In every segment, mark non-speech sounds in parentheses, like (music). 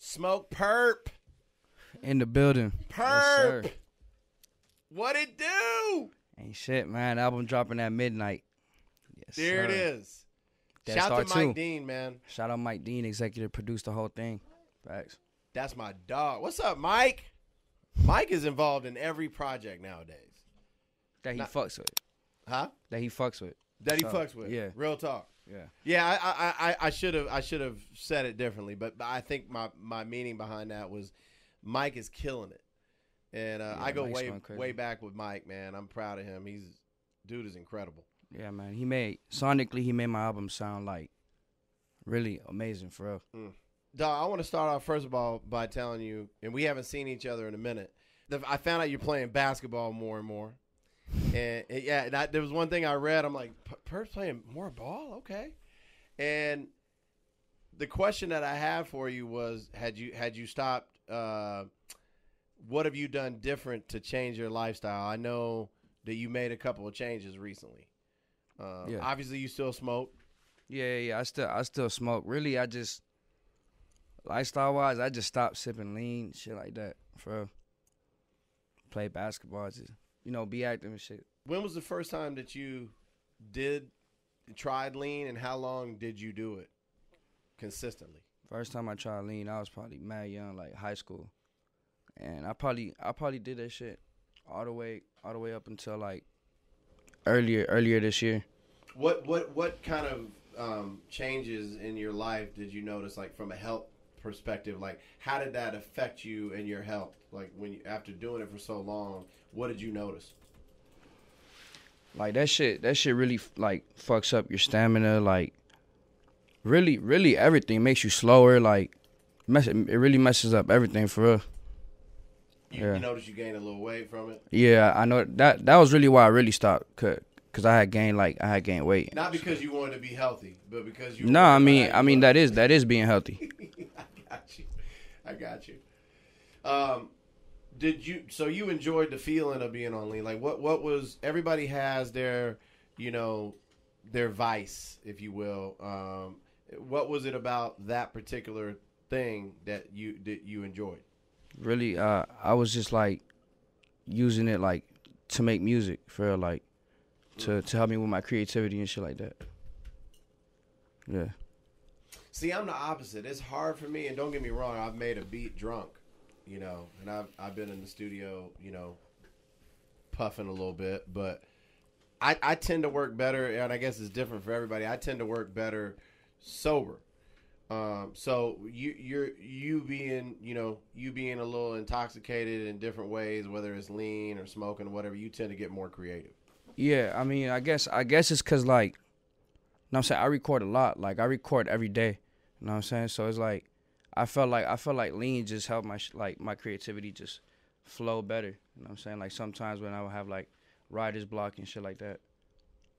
Smoke perp. in the building. Perp. sir. what it do? Ain't shit, man. Album dropping at midnight. Yes, There it sir. is. That's Shout our to Mike two. Dean, man. Shout out Mike Dean, executive produced the whole thing. Facts. That's my dog. What's up, Mike? Mike is involved in every project nowadays. That he Nah. fucks with. Huh? That he fucks with. That he So, fucks with. Oh, yeah. Real talk. Yeah. Yeah, I- I I I should have I should have said it differently, but but I think my my meaning behind that was Mike is killing it, and uh, Yeah, I go Mike's way going crazy. way back with Mike, man. I'm proud of him. He's dude is incredible. Yeah, man. He made sonically he made my album sound like really amazing for real. Dog, I want to start off first of all by telling you, and we haven't seen each other in a minute. The, I found out you're playing basketball more and more, and and yeah, and I, there was one thing I read. I'm like, "P- Perp's playing more ball, okay. And the question that I had for you was, had you had you stopped? Uh, what have you done different to change your lifestyle? I know that you made a couple of changes recently. Uh, Yeah. Obviously, you still smoke. Yeah, yeah, yeah. I still I still smoke. Really, I just lifestyle wise, I just stopped sipping lean, shit like that. For real. Play basketball, just you know, be active and shit. When was the first time that you did tried lean, and how long did you do it consistently? First time I tried lean, I was probably mad young, like high school, and I probably I probably did that shit all the way all the way up until like earlier earlier this year. What what what kind of um, changes in your life did you notice, like from a health perspective? Like, how did that affect you and your health? Like when you after doing it for so long, what did you notice? Like that shit that shit really like fucks up your stamina. Like really really everything makes you slower. Like mess it really messes up everything for real. You, Yeah. you noticed you gained a little weight from it, Yeah, I know that that was really why I really stopped cut because I had gained like I had gained weight. not because you wanted to be healthy, but because you. No, I mean wanted- I mean that is that is being healthy. (laughs) I got you. I got you. Um, did you? So you enjoyed the feeling of being on lean? Like what? What was? Everybody has their, you know, their vice, if you will. Um, what was it about that particular thing that you that you enjoyed? really uh i was just like using it like to make music for like to to help me with my creativity and shit like that yeah See, I'm the opposite. It's hard for me, and don't get me wrong, I've made a beat drunk, you know, and I've I've been in the studio, you know, puffing a little bit, but I I tend to work better, and I guess it's different for everybody. I tend to work better sober. Um, so you you're you being you know you being a little intoxicated in different ways, whether it's lean or smoking, whatever, you tend to get more creative. yeah i mean i guess i guess it's because like you know what i'm saying i record a lot like i record every day you know what i'm saying so it's like i felt like i felt like lean just helped my sh- like my creativity just flow better you know what i'm saying like sometimes when i would have like writer's block and shit like that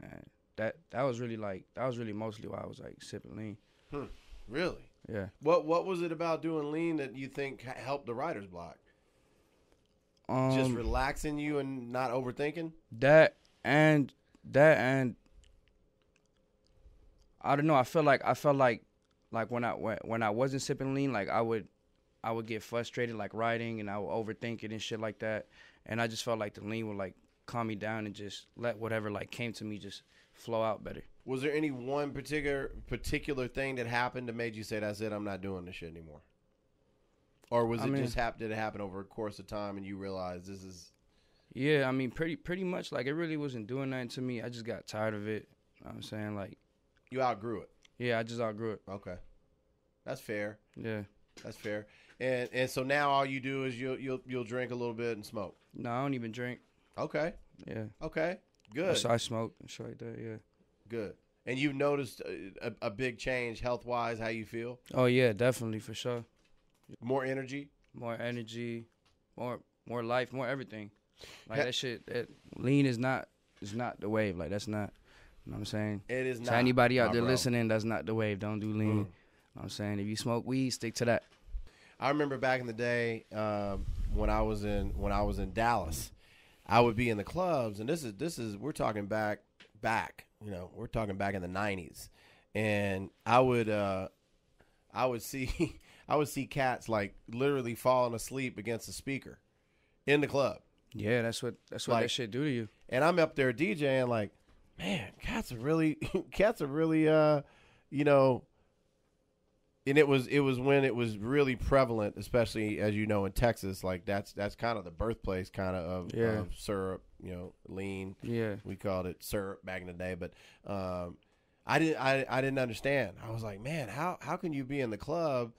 and that that was really like that was really mostly why i was like sipping lean Really, yeah what what was it about doing lean that you think h- helped the writer's block? Um, just relaxing you and not overthinking. that and that and I don't know. I feel like I felt like like when I when, when I wasn't sipping lean, like I would I would get frustrated like writing and I would overthink it and shit like that. And I just felt like the lean would like calm me down and just let whatever like came to me just flow out better. Was there any one particular particular thing that happened that made you say, "That's it, I'm not doing this shit anymore"? Or was I it mean- just hap- did it happen over a course of time and you realized this is Yeah, I mean pretty pretty much like it really wasn't doing nothing to me. I just got tired of it. You know what I'm saying like you outgrew it? yeah, I just outgrew it. Okay, that's fair. Yeah. That's fair. And and so now all you do is you'll you'll you'll drink a little bit and smoke. No, I don't even drink. Okay, Yeah. okay, good, So I smoke and shit like that, yeah. good. And you've noticed a, a, a big change health wise, how you feel, Oh yeah, definitely for sure. more energy. More energy, more more life, more everything. Like Ha- that shit. That lean is not is not the wave. Like that's not. You know what I'm saying? It is not to anybody out my there bro. listening, that's not the wave. Don't do lean. Mm. You know what I'm saying? If you smoke weed, stick to that. I remember back in the day um, when I was in when I was in Dallas, I would be in the clubs, and this is this is we're talking back back, you know, we're talking back in the '90s, and I would uh, I would see (laughs) I would see cats like literally falling asleep against the speaker in the club. Yeah, that's what that's what Like- that shit do to you. and I'm up there DJing like, man, cats are really (laughs) cats are really uh you know and it was it was when it was really prevalent, especially as you know in Texas, like that's that's kind of the birthplace kind of of, Yeah. of syrup, you know, lean. Yeah. We called it syrup back in the day, but um I didn't I, I didn't understand. I was like, man, how how can you be in the club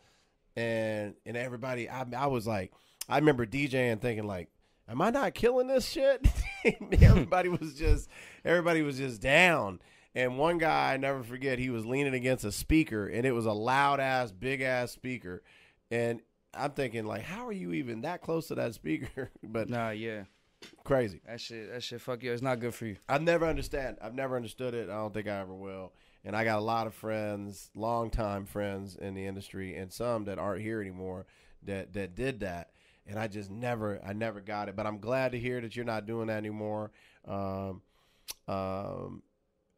and and everybody I I was like I remember DJing thinking like am I not killing this shit? (laughs) everybody was just everybody was just down. And one guy I never forget, he was leaning against a speaker and it was a loud ass, big ass speaker. And I'm thinking like, how are you even that close to that speaker? (laughs) but Nah, yeah. crazy. That shit that shit fuck you. It's not good for you. I've never understand. I've never understood it. I don't think I ever will. And I got a lot of friends, longtime friends in the industry, and some that aren't here anymore that that did that. And I just never, I never got it. But I'm glad to hear that you're not doing that anymore. Um, um,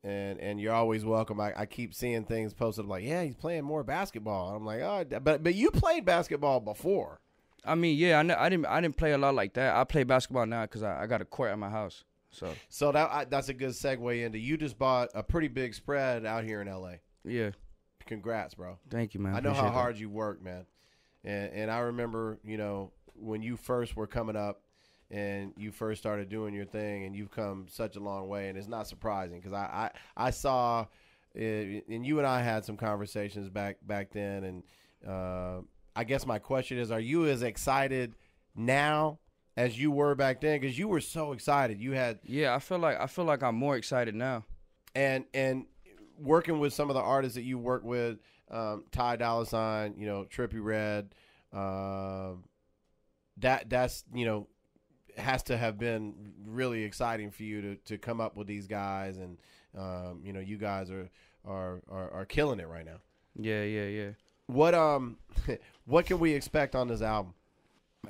and and you're always welcome. I, I keep seeing things posted like, yeah, he's playing more basketball. And I'm like, oh, but but you played basketball before. I mean, yeah, I, know, I didn't I didn't play a lot like that. I play basketball now because I, I got a court at my house. So So that I, that's a good segue into you just bought a pretty big spread out here in L.A. yeah, Congrats, bro. thank you, man. I know how Appreciate that. hard you work, man. And and I remember, you know, when you first were coming up and you first started doing your thing and you've come such a long way and it's not surprising cuz I, I I saw uh, and you and I had some conversations back back then and uh, I guess my question is are you as excited now as you were back then cuz you were so excited. You had Yeah, I feel like I feel like I'm more excited now. and and working with some of the artists that you work with, um, Ty Dolla Sign, you know, Trippy Red, um, that that's you know has to have been really exciting for you to to come up with these guys, and um, you know, you guys are are are, are killing it right now. Yeah, yeah, yeah. What um, (laughs) what can we expect on this album?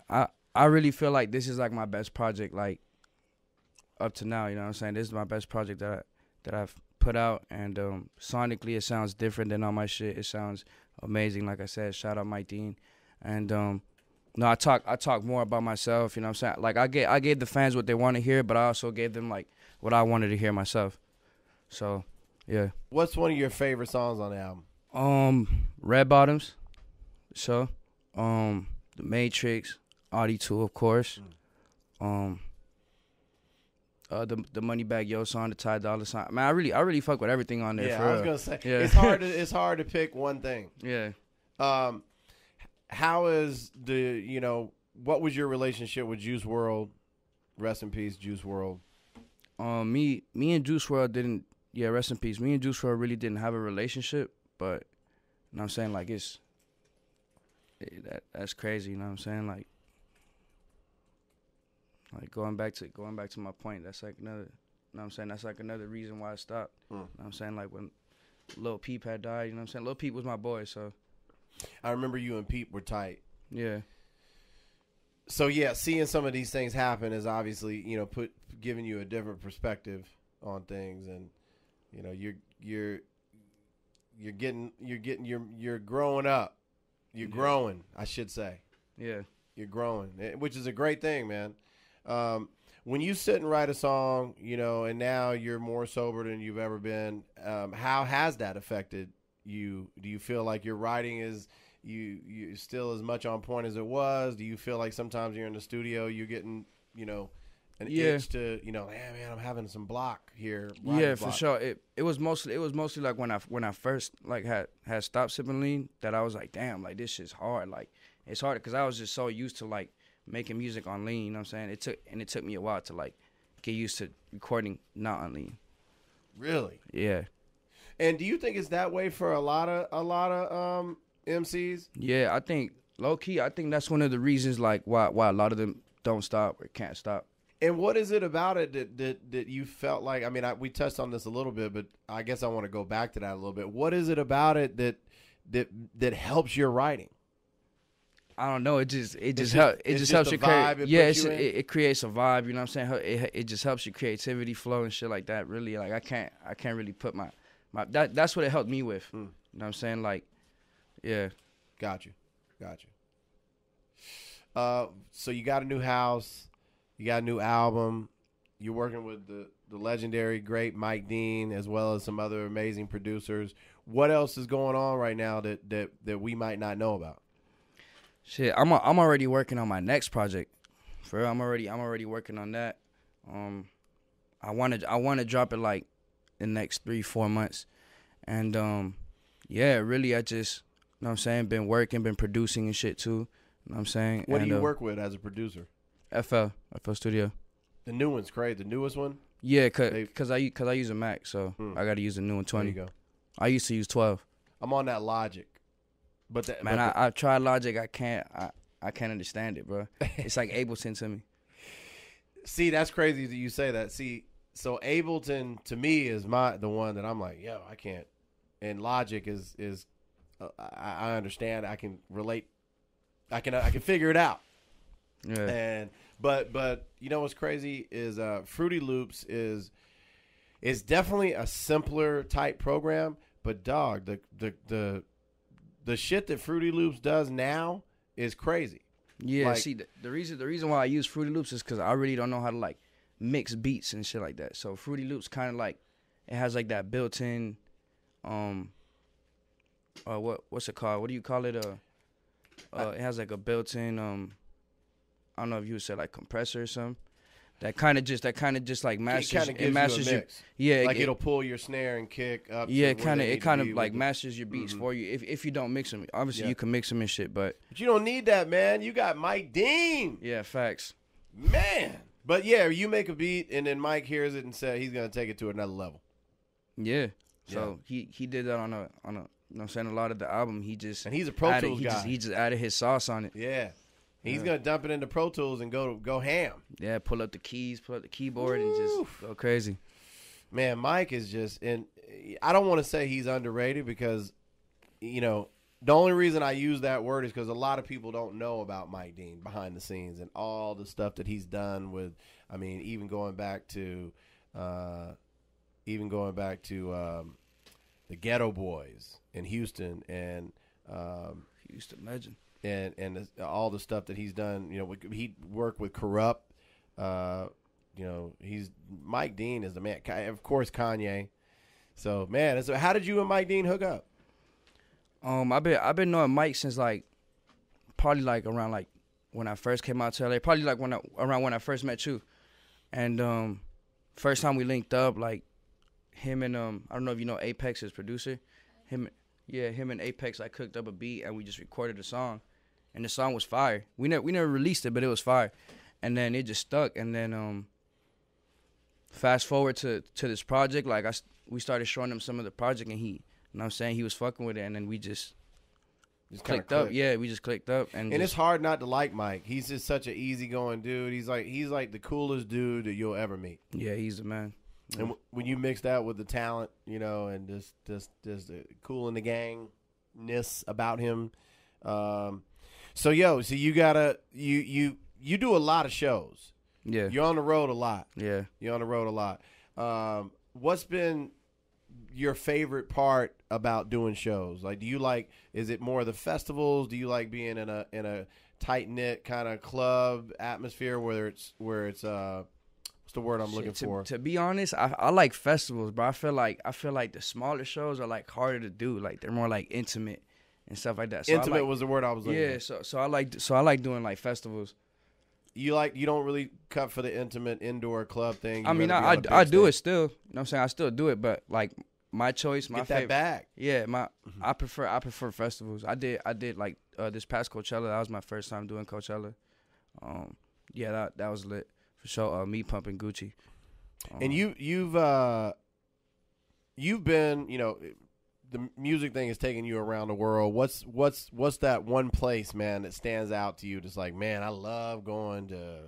I I really feel like this is like my best project like up to now, you know what I'm saying? This is my best project that I, that I've put out and um sonically it sounds different than all my shit. It sounds amazing like I said. Shout out Mike Dean. And um no, I talk I talk more about myself, you know what I'm saying? Like I gave I gave the fans what they want to hear, but I also gave them like what I wanted to hear myself. So, yeah. What's one of your favorite songs on the album? Um, Red Bottoms. So, um, The Matrix, Audi 2, of course. Mm. Um, uh, the the Money Bag Yo song, the Ty Dolla Sign. Man, I really I really fuck with everything on there. Yeah, for I was real. gonna say Yeah. it's (laughs) hard to it's hard to pick one thing. yeah. Um, how is the you know what was your relationship with Juice World? Rest in peace, Juice World. Um, me me and Juice World didn't. Yeah, rest in peace. Me and Juice World really didn't have a relationship, but you know what I'm saying like it's eh, that that's crazy. You know what I'm saying like like going back to going back to my point. That's like another. You know what I'm saying that's like another reason why I stopped. Hmm. You know what I'm saying like when Lil Peep had died. You know what I'm saying Lil Peep was my boy. So I remember you and Pete were tight. yeah, So yeah, seeing some of these things happen is obviously you know put giving you a different perspective on things, and you know you're you're you're getting you're getting you're you're growing up. You're Yeah. growing, I should say. yeah. you're growing, eh, which is a great thing, man. Um, when you sit and write a song, you know, and now you're more sober than you've ever been. Um, how has that affected you? Do you feel like your writing is you you still as much on point as it was? Do you feel like sometimes you're in the studio, you're getting you know an Yeah. itch to you know, man, man, I'm having some block here. yeah, writing for block." sure. It it was mostly it was mostly like when I when I first like had had stopped sipping lean that I was like, damn, like this shit's hard. Like it's hard because I was just so used to like making music on lean. You know what I'm saying? It took and it took me a while to like get used to recording not on lean. Really. Yeah, And do you think it's that way for a lot of a lot of um, MCs? yeah. I think low key, I think that's one of the reasons like why why a lot of them don't stop or can't stop. And what is it about it that that, that you felt like? I mean, I, we touched on this a little bit, but I guess I want to go back to that a little bit. What is it about it that that that helps your writing? I don't know. It just it just- just helps it it's just just, helps the you vibe create. it Yeah, puts it's, you it, in? it creates a vibe. You know what I'm saying? Hel- It, it just helps your creativity flow and shit like that. Really, like I can't I can't really put my Hmm. my that that's what it helped me with. You know what I'm saying? Like, yeah, Got you. Gotcha. Uh, so you got a new house, you got a new album, you're working with the the legendary great Mike Dean as well as some other amazing producers. What else is going on right now that that that we might not know about? Shit, I'm a, I'm already working on my next project. For real, I'm already I'm already working on that. Um, I wanted I want to drop it like the next three four months, and um, yeah, really I just you know what I'm saying been working, been producing and shit too. You know what I'm saying. What and, do you uh, work with as a producer? FL FL Studio. The new one's great. The newest one. Yeah, cause, They- 'cause I u- cause I use a Mac, so Hmm. I gotta use a new one There you twenty. go. I used to use twelve. I'm on that Logic, but that Man, but I, I tried Logic. I can't I, I can't understand it, bro. It's like Ableton (laughs) to me. See, that's crazy that you say that. See, so Ableton to me is my the one that I'm like, yo, I can't. And Logic is is uh, I, I understand. I can relate. I can I can figure it out. Yeah. And but but you know what's crazy is uh Fruity Loops is is definitely a simpler type program, but dog, the the the the shit that Fruity Loops does now is crazy. Yeah, Like- see, the, the reason the reason why I use Fruity Loops is because I really don't know how to like mix beats and shit like that. So Fruity Loops kind of like it has like that built-in, um, uh, what what's it called? What do you call it? Uh, uh it has like a built-in um, I don't know if you would say like compressor or something. That kind of just that kind of just like It masters kind it, of gives masters you a your mix. yeah it- like it, it'll pull your snare and kick up. yeah to it where kind of they it need to kind of be like with it. Mm-hmm. masters your beats for you if if you don't mix them. Obviously Yeah. you can mix them and shit, but But you don't need that, man. You got Mike Dean, yeah, facts. man. But yeah, you make a beat, and then Mike hears it and says he's gonna take it to another level. Yeah. So he he did that on a on a. You know what I'm saying a lot of the album he just And he's a Pro added, Tools he guy. Just, he just added his sauce on it. yeah, he's Yeah. gonna dump it into Pro Tools and go go ham. Yeah, pull up the keys, pull up the keyboard, and just Woof. go crazy. Man, Mike is just, and I don't want to say he's underrated because, you know, the only reason I use that word is because a lot of people don't know about Mike Dean behind the scenes and all the stuff that he's done with. I mean, even going back to, uh, even going back to um, the Ghetto Boys in Houston and. Um, He used to legend. and and all the stuff that he's done. You know, with- he worked with corrupt. Uh, you know, he's Mike Dean is the man. Ki- Of course, Kanye. So man, so how did you and Mike Dean hook up? Um, I've been I've been knowing Mike since like probably like around like when I first came out to LA. Probably like when I, around when I first met you, and um, first time we linked up like him and um I don't know if you know Apex his producer. Him yeah him and Apex I cooked up a beat and we just recorded a song, and the song was fire. We never we never released it but it was fire, and then it just stuck and then um. Fast forward to to this project, like I s- we started showing him some of the project and he you know what I'm saying? He was fucking with it, and then we just Just kinda clicked, up. clicked. Yeah, we just clicked up, and, And it's just- hard not to like Mike. He's just such an easygoing dude. He's like he's like the coolest dude that you'll ever meet. yeah, he's the man. And w- when you mix that with the talent, you know, and just just just the cool in the gangness about him. Um, so yo, so you gotta you you you do a lot of shows. Yeah, You're on the road a lot. yeah. You're on the road a lot. Um, what's been your favorite part about doing shows? Like, do you like? Is it more the festivals? Do you like being in a in a tight knit kind of club atmosphere where it's where it's uh, what's the word I'm looking Shit, to, for? To be honest, I, I like festivals, but I feel like I feel like the smaller shows are like harder to do. Like they're more like intimate and stuff like that. So I Intimate like- was the word I was looking. yeah. For. So so I like so I like doing like festivals. You like you don't really cut for the intimate indoor club thing. I You'd mean, rather I I, be on a I big do it stage. still. You know what I'm saying? I still do it, but like my choice, my Get that favorite. back. Yeah, my Mm-hmm. I prefer I prefer festivals. I did I did like uh, this past Coachella. That was my first time doing Coachella. Um, yeah, that that was lit for sure. Uh, me pumping Gucci. Um, And you you've uh you've been, you know, the music thing is taking you around the world. What's what's what's that one place, man, that stands out to you? Just like, man, I love going to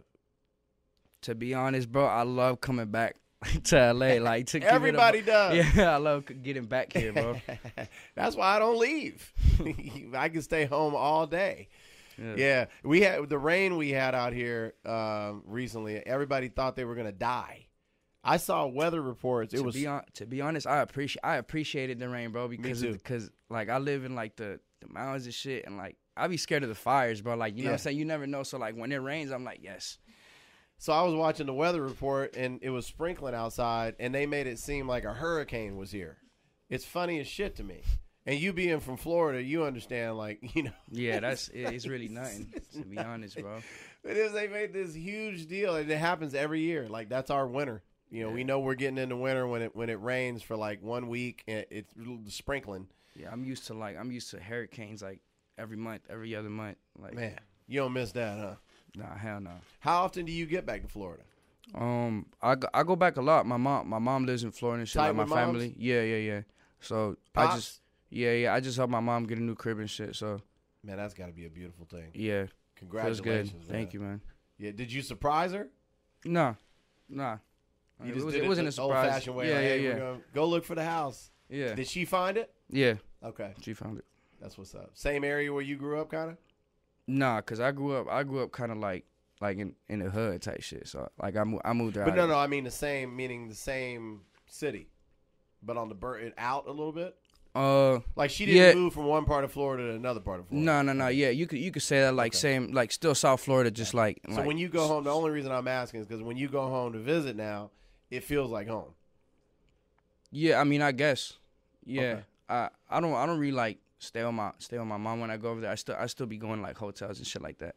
to be honest, bro, I love coming back (laughs) (laughs) to LA. Like to give it a- Everybody does. Yeah, (laughs) I love c- getting back (laughs) here, bro. That's why I don't leave. (laughs) I can stay home all day. Yeah. Yeah, we had the rain we had out here um, recently. Everybody thought they were gonna die. I saw weather reports. It to was be on, to be honest, I appreciate I appreciated the rain, bro, because too. because like I live in like the the mountains and shit, and like I be scared of the fires, bro. Like you know what Yeah. I'm saying? You never know. So like when it rains, I'm like, yes. So I was watching the weather report and it was sprinkling outside and they made it seem like a hurricane was here. It's funny as shit to me. And you being from Florida, you understand like, (laughs) you know, Yeah, that's it, it's (laughs) really nothing to be honest, bro. it is they made this huge deal and it happens every year. Like that's our winter. You know, we know we're getting into winter when it when it rains for like one week and it's sprinkling. Yeah, I'm used to like I'm used to hurricanes like every month, every other month. Like Man, you don't miss that, huh? nah, hell no. How often do you get back to Florida? Um, I, go, I go back a lot. My mom my mom lives in Florida and shit. Tight Like my with moms? family. Yeah, yeah, yeah. So I Pops? just yeah yeah I just helped my mom get a new crib and shit. So Man, that's got to be a beautiful thing. yeah, feels good. Congratulations. Thank you, man. Yeah, did you surprise her? Nah, nah. You It just was- did it it wasn't the a surprise. old-fashioned way. Yeah, like, yeah, hey, yeah, We're gonna go look for the house. yeah, Did she find it? yeah. Okay, She found it. that's what's up. Same area where you grew up, kind of. Nah, cause I grew up. I grew up kind of like like in in the hood type shit. So like I mo- I moved out. But no, no, I mean the same, meaning the same city, but on the bird out a little bit. Uh, Like she didn't Yeah. move from one part of Florida to another part of Florida. no, no, no. Yeah, you could you could say that like Okay. same like still South Florida, just like So like, when you go home, the only reason I'm asking is because when you go home to visit now, it feels like home. Yeah, I mean, I guess. Yeah, Okay. I I don't I don't really like stay with my stay with my mom when I go over there. I still I still be going like hotels and shit like that.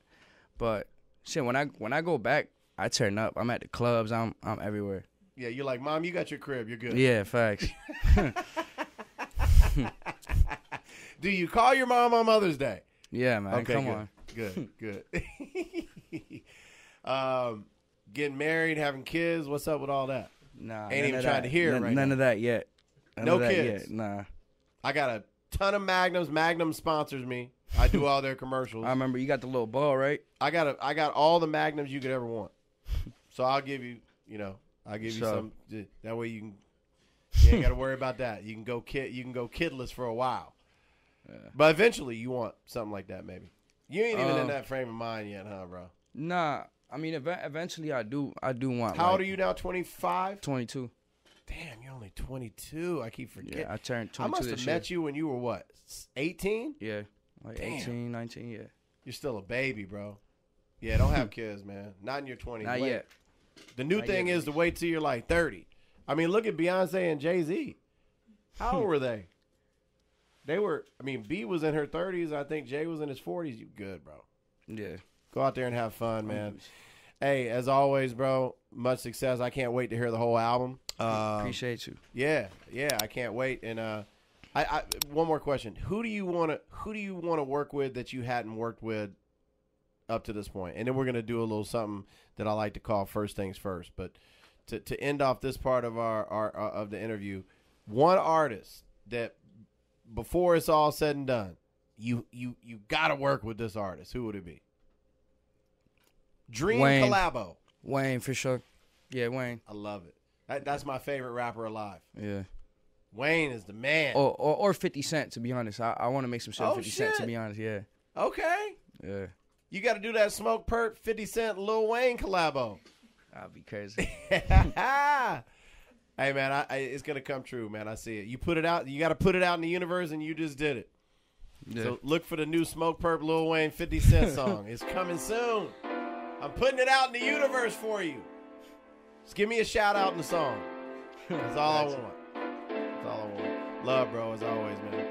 But shit, when I when I go back, I turn up. I'm at the clubs. I'm I'm everywhere. Yeah, you're like, mom, you got your crib, you're good. Yeah, facts. Do you call your mom on Mother's Day? Yeah, man. Okay, come good. on. (laughs) Good, good. (laughs) um, getting married, having kids. What's up with all that? Nah, Ain't none even of trying that. to hear it none, right none now. of that yet. None No of that kids. Yet. Nah. I got a ton of Magnums. Magnum sponsors me. I do all their commercials. I remember you got the little ball, right? I got a, I got all the Magnums you could ever want. So I'll give you, you know, I'll give you So- some. That way you can, you ain't got to worry about that. You can go kid, you can go kidless for a while. But eventually, you want something like that, maybe. You ain't even in Uh, that frame of mind yet, huh, bro? Nah. I mean, ev- eventually I do I do want. How like, old are you now? Twenty five. 22. Damn, you're only twenty two. I keep forgetting. Yeah, I turned 22 I must this have year. met you when you were what, eighteen? Yeah, like Damn. eighteen, nineteen. 18, 19, yeah. You're still a baby, bro. Yeah, don't (laughs) have kids, man. Not in your twenties. Not Wait. yet. The new Not thing yet, is at to wait till you're like thirty. I mean, look at Beyonce and Jay Z. How (laughs) old were they? They were. I mean, B was in her thirties. I think Jay was in his forties. You good, bro? Yeah. Go out there and have fun, man. Hey, as always, bro. Much success. I can't wait to hear the whole album. Um, Appreciate you. yeah, yeah. I can't wait. And uh, I, I one more question. Who do you want to Who do you want to work with that you hadn't worked with up to this point? And then we're gonna do a little something that I like to call first things first. But to to end off this part of our, our uh, of the interview, one artist that before it's all said and done, you you you got to work with this artist. Who would it be? Dream Wayne. Collabo. Wayne, for sure. Yeah, Wayne. I love it. That, that's my favorite rapper alive. Yeah. Wayne is the man. Or or, or 50 Cent, to be honest. I, I want to make some shit Oh, with 50 Cent, to shit. be honest. Yeah. Okay. Yeah. You got to do that smoke perp 50 Cent Lil Wayne collabo. (laughs) I'll be crazy. hey, man, I, I, it's going to come true, man. I see it. You put it out, you got to put it out in the universe, and you just did it. Yeah. So look for the new smoke perp Lil Wayne 50 Cent song. it's coming soon. I'm putting it out in the universe for you. Just give me a shout out in the song. That's all I want. That's all I want. Love, bro, as always, man.